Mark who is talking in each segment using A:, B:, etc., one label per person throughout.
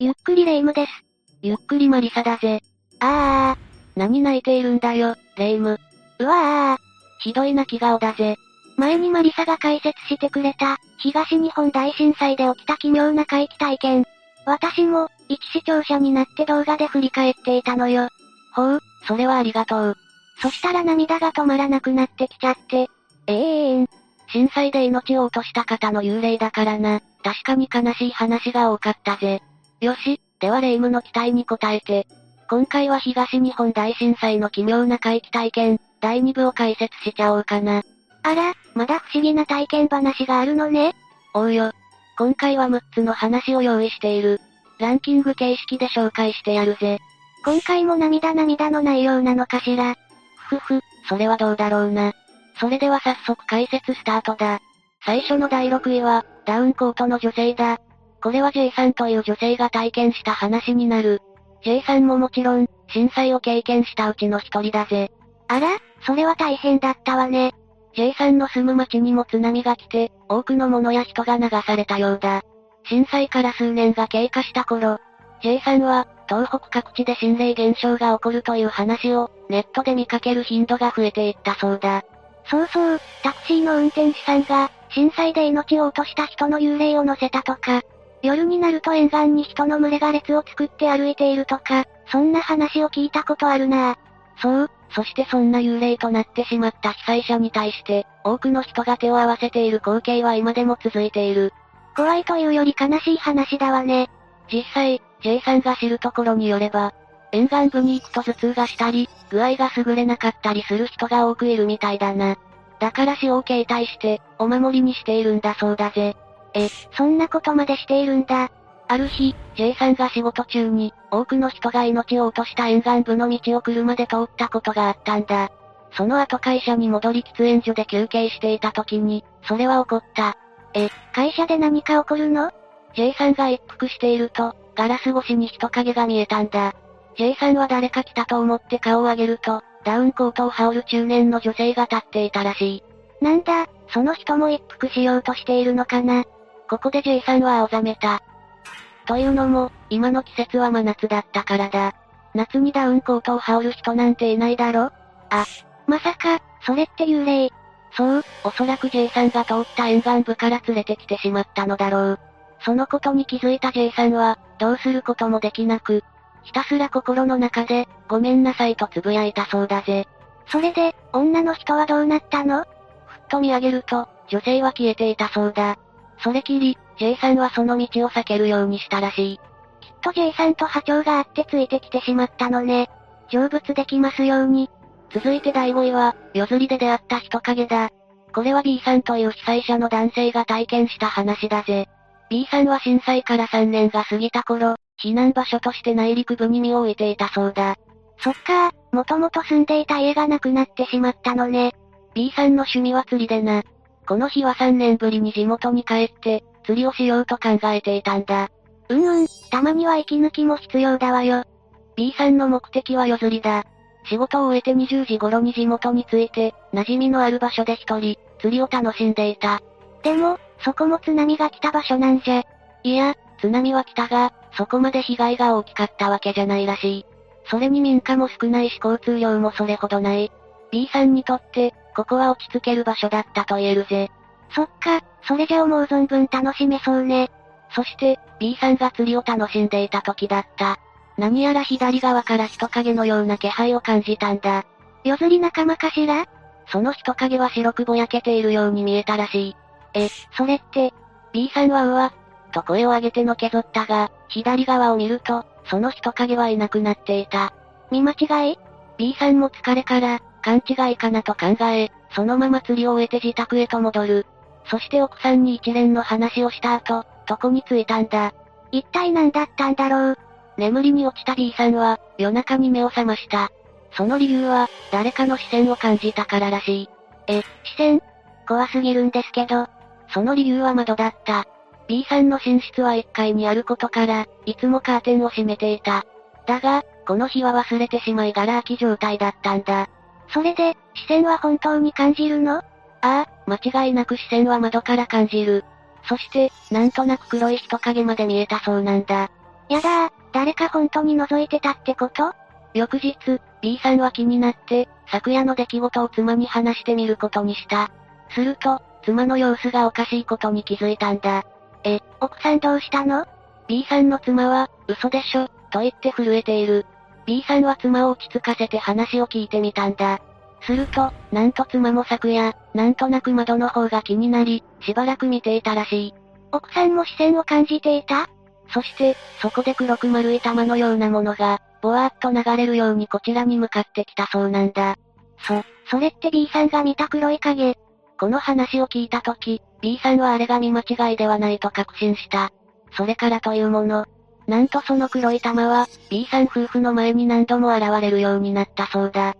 A: ゆっくりレ夢ムです。
B: ゆっくりマリサだぜ。
A: あーあ
B: 何泣いているんだよ、レ夢ム。
A: ー、うわあ
B: ひどい泣き顔だぜ。
A: 前にマリサが解説してくれた、東日本大震災で起きた奇妙な怪奇体験。私も、一視聴者になって動画で振り返っていたのよ。
B: ほう、それはありがとう。
A: そしたら涙が止まらなくなってきちゃって。
B: ええーん。震災で命を落とした方の幽霊だからな。確かに悲しい話が多かったぜ。よし、では霊夢の期待に応えて。今回は東日本大震災の奇妙な怪奇体験、第2部を解説しちゃおうかな。
A: あら、まだ不思議な体験話があるのね。
B: おうよ。今回は6つの話を用意している。ランキング形式で紹介してやるぜ。
A: 今回も涙涙の内容なのかしら。
B: ふふ、それはどうだろうな。それでは早速解説スタートだ。最初の第6位は、ダウンコートの女性だ。これは J さんという女性が体験した話になる。J さんももちろん、震災を経験したうちの一人だぜ。
A: あら、それは大変だったわね。
B: J さんの住む町にも津波が来て、多くの物や人が流されたようだ。震災から数年が経過した頃、J さんは、東北各地で心霊現象が起こるという話を、ネットで見かける頻度が増えていったそうだ。
A: そうそう、タクシーの運転手さんが、震災で命を落とした人の幽霊を乗せたとか、夜になると沿岸に人の群れが列を作って歩いているとか、そんな話を聞いたことあるな
B: そう、そしてそんな幽霊となってしまった被災者に対して、多くの人が手を合わせている光景は今でも続いている。
A: 怖いというより悲しい話だわね。
B: 実際、J さんが知るところによれば、沿岸部に行くと頭痛がしたり、具合が優れなかったりする人が多くいるみたいだな。だから死を警戒して、お守りにしているんだそうだぜ。
A: そんなことまでしているんだ。
B: ある日、J さんが仕事中に、多くの人が命を落とした沿岸部の道を車で通ったことがあったんだ。その後会社に戻り喫煙所で休憩していた時に、それは起こった。
A: 会社で何か起こるの
B: J さんが一服していると、ガラス越しに人影が見えたんだ。J さんは誰か来たと思って顔を上げると、ダウンコートを羽織る中年の女性が立っていたらしい。
A: なんだ、その人も一服しようとしているのかな。
B: ここで J さんは青ざめた。というのも、今の季節は真夏だったからだ。夏にダウンコートを羽織る人なんていないだろ
A: まさか、それって幽霊。
B: そう、おそらく J さんが通った沿岸部から連れてきてしまったのだろう。そのことに気づいた J さんは、どうすることもできなく、ひたすら心の中で、ごめんなさいとつぶやいたそうだぜ。
A: それで、女の人はどうなったの
B: ふっと見上げると、女性は消えていたそうだ。それきり、J さんはその道を避けるようにしたらしい。
A: きっと J さんと波長があってついてきてしまったのね。成仏できますように。
B: 続いて第5位は、夜釣りで出会った人影だ。これは B さんという被災者の男性が体験した話だぜ。B さんは震災から3年が過ぎた頃、避難場所として内陸部に身を置いていたそうだ。
A: そっか、もともと住んでいた家がなくなってしまったのね。
B: B さんの趣味は釣りでな。この日は3年ぶりに地元に帰って、釣りをしようと考えていたんだ。
A: うんうん、たまには息抜きも必要だわよ。
B: B さんの目的は夜釣りだ。仕事を終えて20時頃に地元に着いて、馴染みのある場所で一人、釣りを楽しんでいた。
A: でも、そこも津波が来た場所なんじゃ。
B: いや、津波は来たが、そこまで被害が大きかったわけじゃないらしい。それに民家も少ないし交通量もそれほどない。B さんにとって、ここは落ち着ける場所だったと言えるぜ。
A: そっか、それじゃ思う存分楽しめそうね。
B: そして、B さんが釣りを楽しんでいた時だった。何やら左側から人影のような気配を感じたんだ。
A: 夜釣り仲間かしら
B: その人影は白くぼやけているように見えたらしい。
A: それって、
B: B さんはうわ、と声を上げてのけぞったが、左側を見ると、その人影はいなくなっていた。
A: 見間違い
B: B さんも疲れから、勘違いかなと考え、そのまま釣りを終えて自宅へと戻る。そして奥さんに一連の話をした後、床に着いたんだ。
A: 一体何だったんだろう。
B: 眠りに落ちた B さんは、夜中に目を覚ました。その理由は、誰かの視線を感じたかららしい。
A: 視線。怖すぎるんですけど、
B: その理由は窓だった。B さんの寝室は1階にあることから、いつもカーテンを閉めていた。だが、この日は忘れてしまいガラ空き状態だったんだ。
A: それで、視線は本当に感じるの
B: ああ、間違いなく視線は窓から感じる。そして、なんとなく黒い人影まで見えたそうなんだ。
A: やだー、誰か本当に覗いてたってこと
B: 翌日、B さんは気になって、昨夜の出来事を妻に話してみることにした。すると、妻の様子がおかしいことに気づいたんだ。
A: え、奥さんどうしたの
B: B さんの妻は、嘘でしょ、と言って震えている。B さんは妻を落ち着かせて話を聞いてみたんだ。すると、なんと妻も昨夜、なんとなく窓の方が気になり、しばらく見ていたらしい。
A: 奥さんも視線を感じていた
B: そして、そこで黒く丸い玉のようなものが、ぼわーっと流れるようにこちらに向かってきたそうなんだ。そ、
A: それって B さんが見た黒い影。
B: この話を聞いたとき、B さんはあれが見間違いではないと確信した。それからというもの。なんとその黒い玉は、B さん夫婦の前に何度も現れるようになったそうだ。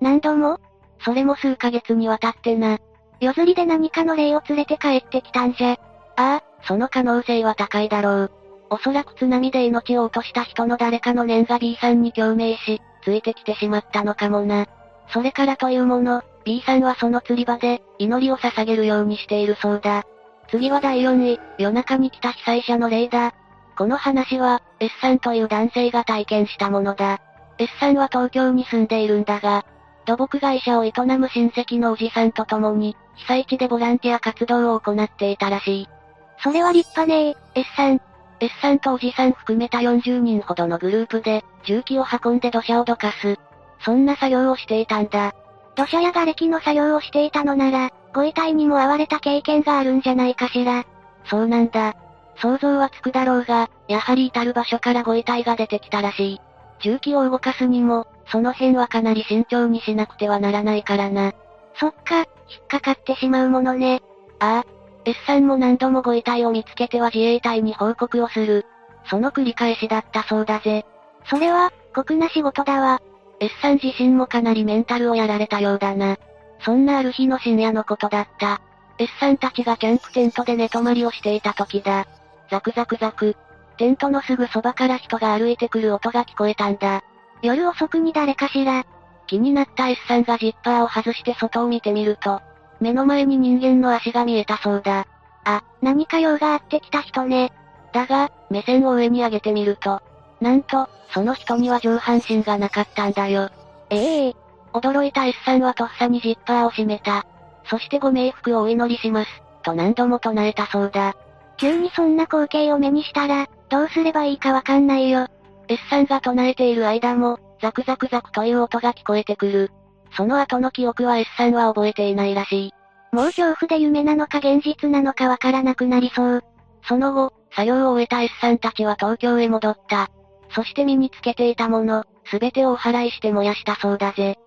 A: 何度も
B: それも数ヶ月にわたってな。
A: 夜釣りで何かの霊を連れて帰ってきたんじゃ。
B: ああ、その可能性は高いだろう。おそらく津波で命を落とした人の誰かの念が B さんに共鳴し、ついてきてしまったのかもな。それからというもの、B さんはその釣り場で、祈りを捧げるようにしているそうだ。次は第4位、夜中に来た被災者の霊だ。この話は、S さんという男性が体験したものだ。S さんは東京に住んでいるんだが、土木会社を営む親戚のおじさんと共に、被災地でボランティア活動を行っていたらしい。
A: それは立派ねえ。
B: S さん。S さんとおじさん含めた40人ほどのグループで、重機を運んで土砂をどかす。そんな作業をしていたんだ。
A: 土砂や瓦礫の作業をしていたのなら、ご遺体にも遭われた経験があるんじゃないかしら。
B: そうなんだ。想像はつくだろうが、やはり至る場所からご遺体が出てきたらしい。重機を動かすにも、その辺はかなり慎重にしなくてはならないからな。
A: そっか、引っかかってしまうものね。
B: ああ、S さんも何度もご遺体を見つけては自衛隊に報告をする。その繰り返しだったそうだぜ。
A: それは、酷な仕事だわ。
B: S さん自身もかなりメンタルをやられたようだな。そんなある日の深夜のことだった。S さんたちがキャンプテントで寝泊まりをしていた時だ。ザクザクザク。テントのすぐそばから人が歩いてくる音が聞こえたんだ。
A: 夜遅くに誰かしら。
B: 気になった S さんがジッパーを外して外を見てみると、目の前に人間の足が見えたそうだ。
A: 何か用があってきた人ね。
B: だが、目線を上に上げてみると、なんと、その人には上半身がなかったんだよ。
A: ええ
B: 驚いた S さんはとっさにジッパーを閉めた。そしてご冥福をお祈りします、と何度も唱えたそうだ。
A: 急にそんな光景を目にしたら、どうすればいいかわかんないよ。
B: S さんが唱えている間も、ザクザクザクという音が聞こえてくる。その後の記憶は S さんは覚えていないらしい。
A: もう恐怖で夢なのか現実なのかわからなくなりそう。
B: その後、作業を終えた S さんたちは東京へ戻った。そして身につけていたもの、すべてをお祓いして燃やしたそうだぜ。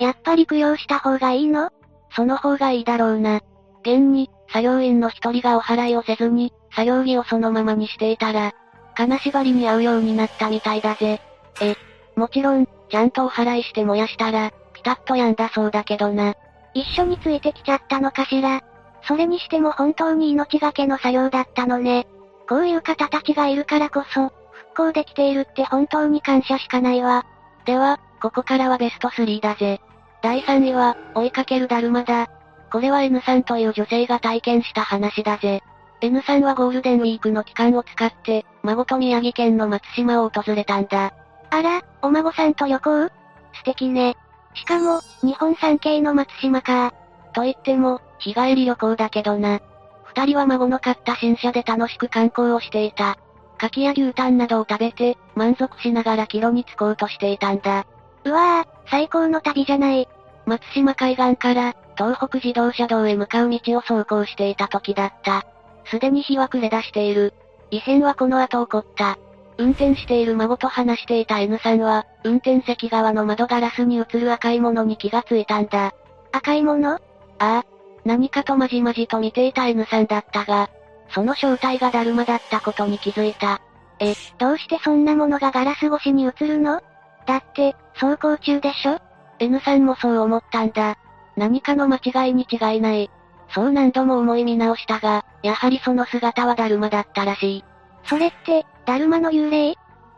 A: やっぱり供養した方がいいの
B: その方がいいだろうな。現に、作業員の一人がお祓いをせずに、作業着をそのままにしていたら、金縛りに遭うようになったみたいだぜ。え、もちろん、ちゃんとお祓いして燃やしたら、ピタッとやんだそうだけどな。
A: 一緒についてきちゃったのかしら。それにしても本当に命がけの作業だったのね。こういう方たちがいるからこそ、復興できているって本当に感謝しかないわ。
B: では、ここからはベスト3だぜ。第3位は、追いかけるだるまだ。これは N さんという女性が体験した話だぜ。N さんはゴールデンウィークの期間を使って、孫と宮城県の松島を訪れたんだ。
A: あら、お孫さんと旅行素敵ね。しかも、日本三景の松島か。
B: と言っても、日帰り旅行だけどな。二人は孫の買った新車で楽しく観光をしていた。柿や牛タンなどを食べて、満足しながら帰路に着こうとしていたんだ。
A: うわぁ、最高の旅じゃない。
B: 松島海岸から、東北自動車道へ向かう道を走行していた時だった。すでに日は暮れ出している。異変はこの後起こった。運転している孫と話していた N さんは、運転席側の窓ガラスに映る赤いものに気がついたんだ。
A: 赤いもの
B: ああ、何かとまじまじと見ていた N さんだったが、その正体がダルマだったことに気づいた。
A: どうしてそんなものがガラス越しに映るのだって、走行中でしょ
B: N さんもそう思ったんだ。何かの間違いに違いない。そう何度も思い見直したが、やはりその姿はダルマだったらしい。
A: それって、だるまの幽霊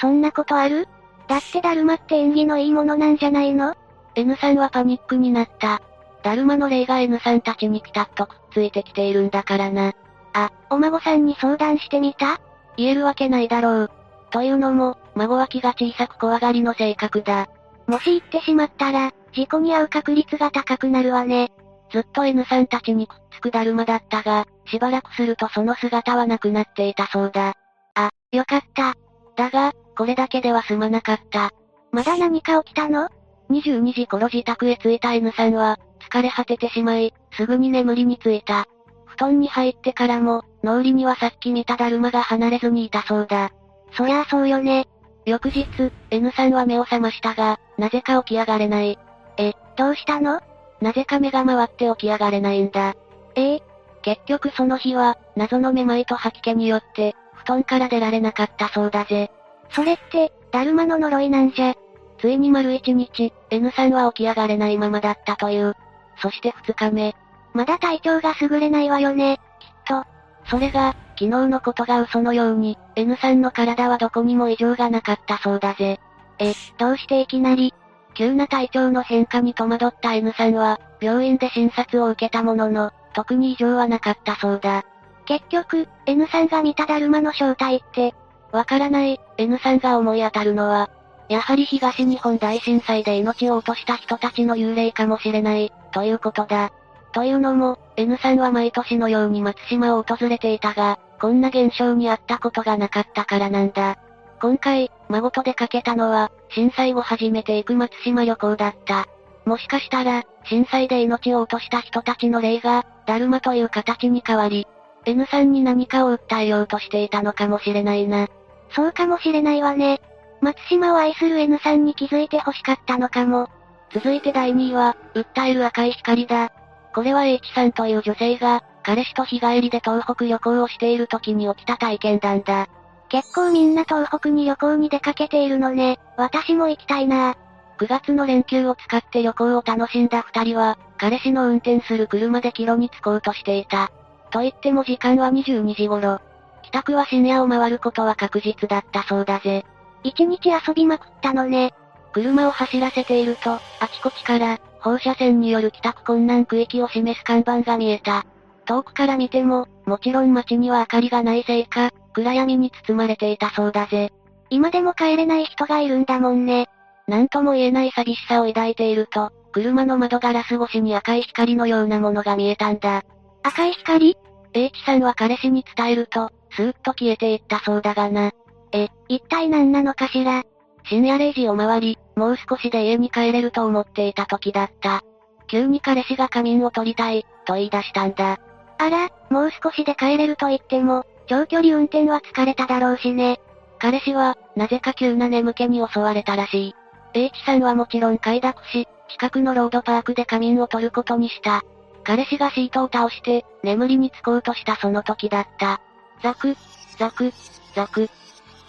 A: そんなことあるだってだるまって縁起のいいものなんじゃないの
B: N さんはパニックになった。ダルマの霊が N さんたちにピタッとくっついてきているんだからな。
A: あ、お孫さんに相談してみた
B: 言えるわけないだろう。というのも、孫は気が小さく怖がりの性格だ。
A: もし行ってしまったら、事故に遭う確率が高くなるわね。
B: ずっと N さんたちにくっつくだるまだったが、しばらくするとその姿はなくなっていたそうだ。
A: あ、よかった。
B: だが、これだけでは済まなかった。
A: まだ何か起きたの
B: ?22 時頃自宅へ着いた N さんは、疲れ果ててしまい、すぐに眠りについた。布団に入ってからも、脳裏にはさっき見ただるまが離れずにいたそうだ。
A: そりゃあそうよね。
B: 翌日、N さんは目を覚ましたが、なぜか起き上がれない。
A: え、どうしたの
B: なぜか目が回って起き上がれないんだ。
A: ええ、
B: 結局その日は、謎のめまいと吐き気によって、布団から出られなかったそうだぜ。
A: それって、だるまの呪いなんじゃ。
B: ついに丸一日、N さんは起き上がれないままだったという。そして二日目。
A: まだ体調が優れないわよね、きっと。
B: それが、昨日のことが嘘のように、N さんの体はどこにも異常がなかったそうだぜ。
A: え、どうしていきなり、
B: 急な体調の変化に戸惑った N さんは、病院で診察を受けたものの、特に異常はなかったそうだ。
A: 結局、N さんが見ただるまの正体って、
B: わからない、N さんが思い当たるのは、やはり東日本大震災で命を落とした人たちの幽霊かもしれない、ということだ。というのも、N さんは毎年のように松島を訪れていたが、こんな現象にあったことがなかったからなんだ。今回、孫と出かけたのは、震災後初めて行く松島旅行だった。もしかしたら、震災で命を落とした人たちの霊が、だるまという形に変わり、N さんに何かを訴えようとしていたのかもしれないな。
A: そうかもしれないわね。松島を愛する N さんに気づいて欲しかったのかも。
B: 続いて第2位は、訴える赤い光だ。これは H さんという女性が、彼氏と日帰りで東北旅行をしている時に起きた体験談だ。
A: 結構みんな東北に旅行に出かけているのね。私も行きたいな。
B: 9月の連休を使って旅行を楽しんだ二人は、彼氏の運転する車で帰路に着こうとしていた。と言っても時間は22時頃。帰宅は深夜を回ることは確実だったそうだぜ。
A: 一日遊びまくったのね。
B: 車を走らせていると、あちこちから、放射線による帰宅困難区域を示す看板が見えた。遠くから見ても、もちろん街には明かりがないせいか、暗闇に包まれていたそうだぜ。
A: 今でも帰れない人がいるんだもんね。
B: なんとも言えない寂しさを抱いていると、車の窓ガラス越しに赤い光のようなものが見えたんだ。
A: 赤い光
B: ?H さんは彼氏に伝えると、スーッと消えていったそうだがな。
A: え、一体何なのかしら
B: 深夜0時を回り、もう少しで家に帰れると思っていた時だった。急に彼氏が仮眠を取りたい、と言い出したんだ。
A: あら、もう少しで帰れると言っても、長距離運転は疲れただろうしね。
B: 彼氏は、なぜか急な眠気に襲われたらしい。H さんはもちろん快諾し、近くのロードパークで仮眠を取ることにした。彼氏がシートを倒して、眠りにつこうとしたその時だった。ザク、ザク、ザク。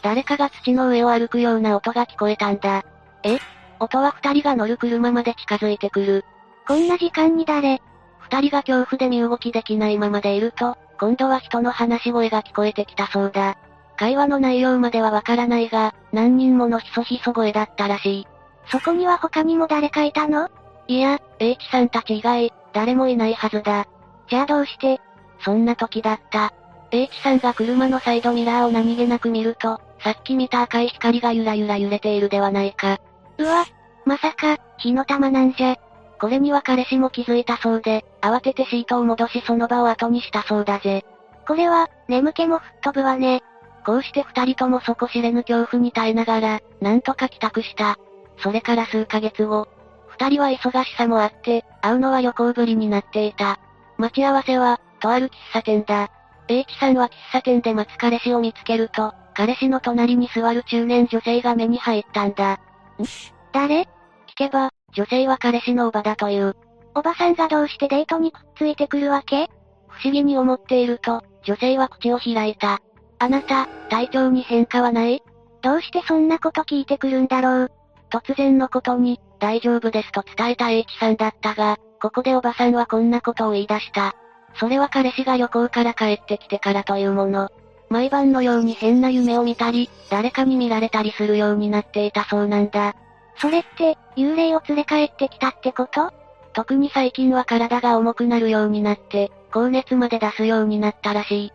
B: 誰かが土の上を歩くような音が聞こえたんだ。え音は二人が乗る車まで近づいてくる。
A: こんな時間に誰
B: 二人が恐怖で身動きできないままでいると、今度は人の話し声が聞こえてきたそうだ。会話の内容まではわからないが、何人ものひそひそ声だったらしい。
A: そこには他にも誰かいたの
B: いや、H さんたち以外、誰もいないはずだ。
A: じゃあどうして
B: そんな時だった。H さんが車のサイドミラーを何気なく見ると、さっき見た赤い光がゆらゆら揺れているではないか。
A: うわ、まさか、火の玉なんじゃ。
B: これには彼氏も気づいたそうで、慌ててシートを戻しその場を後にしたそうだぜ。
A: これは、眠気も吹っ飛ぶわね。
B: こうして二人とも底知れぬ恐怖に耐えながら、なんとか帰宅した。それから数ヶ月後、二人は忙しさもあって、会うのは旅行ぶりになっていた。待ち合わせは、とある喫茶店だ。H さんは喫茶店で待つ彼氏を見つけると、彼氏の隣に座る中年女性が目に入ったんだ。ん
A: 誰
B: 聞けば、女性は彼氏のおばだという。
A: おばさんがどうしてデートにくっついてくるわけ
B: 不思議に思っていると、女性は口を開いた。あなた、体調に変化はない
A: どうしてそんなこと聞いてくるんだろう。
B: 突然のことに、大丈夫ですと伝えた H さんだったが、ここでおばさんはこんなことを言い出した。それは彼氏が旅行から帰ってきてからというもの。毎晩のように変な夢を見たり、誰かに見られたりするようになっていたそうなんだ。
A: それって、幽霊を連れ帰ってきたってこと
B: 特に最近は体が重くなるようになって、高熱まで出すようになったらしい。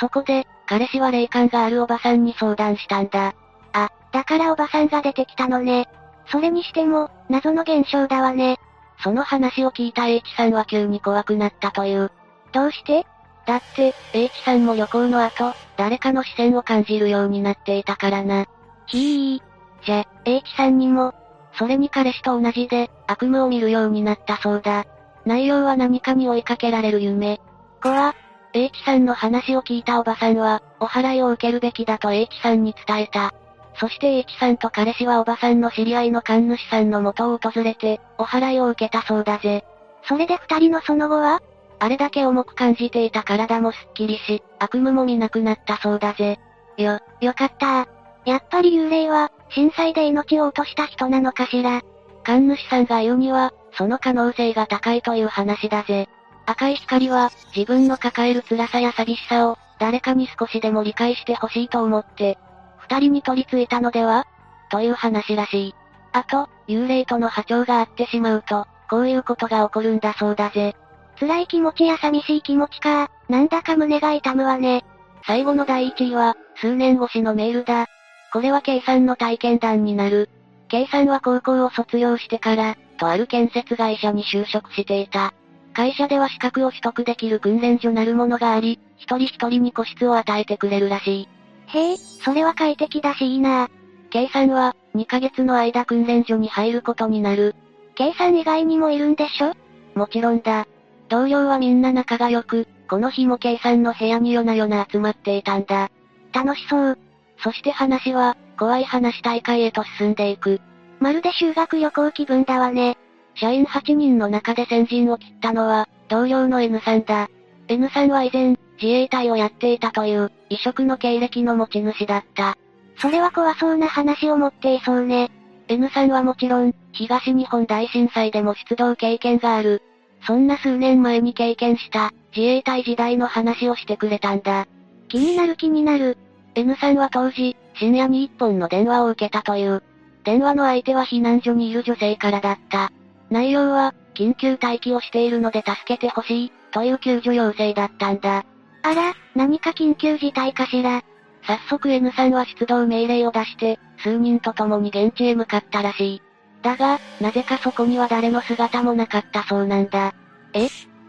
B: そこで、彼氏は霊感があるおばさんに相談したんだ。
A: だからおばさんが出てきたのね。それにしても、謎の現象だわね。
B: その話を聞いた H さんは急に怖くなったという。
A: どうして
B: だって、H さんも旅行の後、誰かの視線を感じるようになっていたからな。
A: ひー。
B: じゃ、H さんにも、それに彼氏と同じで、悪夢を見るようになったそうだ。内容は何かに追いかけられる夢。怖 H さんの話を聞いたおばさんは、お祓いを受けるべきだと H さんに伝えた。そして H さんと彼氏はおばさんの知り合いの神主さんの元を訪れて、お祓いを受けたそうだぜ。
A: それで二人のその後は
B: あれだけ重く感じていた体もすっきりし、悪夢も見なくなったそうだぜ。
A: よ、よかった。やっぱり幽霊は、震災で命を落とした人なのかしら。
B: 神主さんが言うには、その可能性が高いという話だぜ。赤い光は、自分の抱える辛さや寂しさを、誰かに少しでも理解してほしいと思って、二人に取り付いたのではという話らしい。あと、幽霊との波長が合ってしまうと、こういうことが起こるんだそうだぜ。
A: 辛い気持ちや寂しい気持ちか、なんだか胸が痛むわね。
B: 最後の第1位は、数年越しのメールだ。これは K さんの体験談になる。K さんは高校を卒業してから、とある建設会社に就職していた。会社では資格を取得できる訓練所なるものがあり、一人一人に個室を与えてくれるらしい。
A: へえ、それは快適だしいいな。
B: K さんは、2ヶ月の間訓練所に入ることになる。
A: K さん以外にもいるんでしょ
B: もちろんだ。同僚はみんな仲が良く、この日も K さんの部屋に夜な夜な集まっていたんだ。
A: 楽しそう。
B: そして話は、怖い話大会へと進んでいく。
A: まるで修学旅行気分だわね。
B: 社員8人の中で先陣を切ったのは、同僚の N さんだ。N さんは以前、自衛隊をやっていたという、異色の経歴の持ち主だった。
A: それは怖そうな話を持っていそうね。
B: N さんはもちろん、東日本大震災でも出動経験がある。そんな数年前に経験した、自衛隊時代の話をしてくれたんだ。
A: 気になる気になる。
B: N さんは当時、深夜に一本の電話を受けたという。電話の相手は避難所にいる女性からだった。内容は、緊急待機をしているので助けてほしい、という救助要請だったんだ。
A: あら、何か緊急事態かしら。
B: 早速 N さんは出動命令を出して、数人と共に現地へ向かったらしい。だが、なぜかそこには誰の姿もなかったそうなんだ。
A: え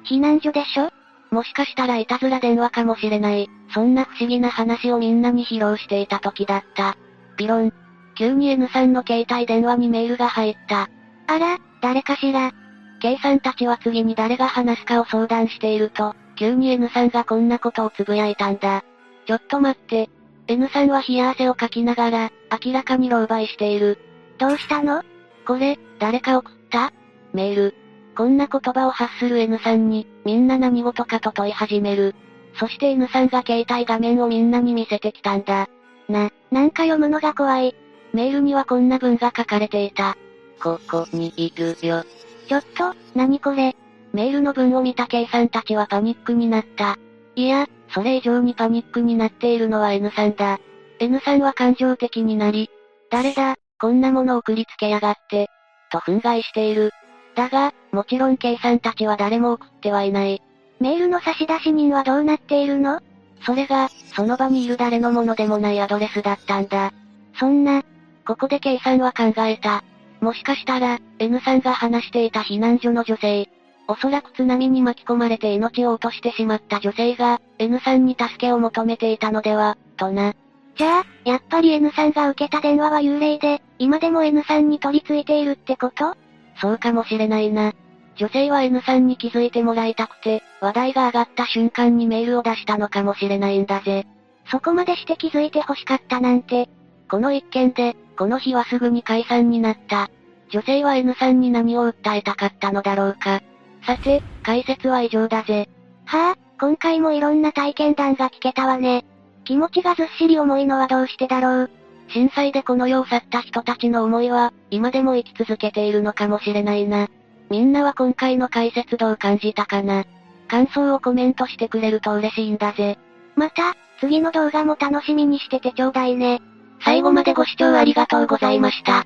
A: 避難所でしょ
B: もしかしたらいたずら電話かもしれない。そんな不思議な話をみんなに披露していた時だった。ビロン。急に N さんの携帯電話にメールが入った。
A: あら、誰かしら。
B: K さんたちは次に誰が話すかを相談していると、急に N さんがこんなことをつぶやいたんだ。ちょっと待って。N さんは冷や汗をかきながら、明らかに狼狽している。
A: どうしたの
B: これ、誰か送ったメール。こんな言葉を発する N さんに、みんな何事かと問い始める。そして N さんが携帯画面をみんなに見せてきたんだ。
A: な、なんか読むのが怖い。
B: メールにはこんな文が書かれていた。ここにいるよ。
A: ちょっと、何これ。
B: メールの文を見た K さんたちはパニックになった。いや、それ以上にパニックになっているのは N さんだ。N さんは感情的になり、誰だ、こんなものを送りつけやがって、と憤慨している。だが、もちろん K さんたちは誰も送ってはいない。
A: メールの差出人はどうなっているの
B: それが、その場にいる誰のものでもないアドレスだったんだ。
A: そんな、
B: ここで K さんは考えた。もしかしたら、N さんが話していた避難所の女性、おそらく津波に巻き込まれて命を落としてしまった女性が、N さんに助けを求めていたのでは、とな。
A: じゃあ、やっぱり N さんが受けた電話は幽霊で、今でも N さんに取り付いているってこと
B: そうかもしれないな。女性は N さんに気づいてもらいたくて、話題が上がった瞬間にメールを出したのかもしれないんだぜ。
A: そこまでして気づいて欲しかったなんて。
B: この一件で、この日はすぐに解散になった。女性は N さんに何を訴えたかったのだろうか。さて、解説は以上だぜ。
A: はあ、今回もいろんな体験談が聞けたわね。気持ちがずっしり重いのはどうしてだろう。
B: 震災でこの世を去った人たちの思いは、今でも生き続けているのかもしれないな。みんなは今回の解説どう感じたかな。感想をコメントしてくれると嬉しいんだぜ。
A: また、次の動画も楽しみにしててちょうだいね。
B: 最後までご視聴ありがとうございました。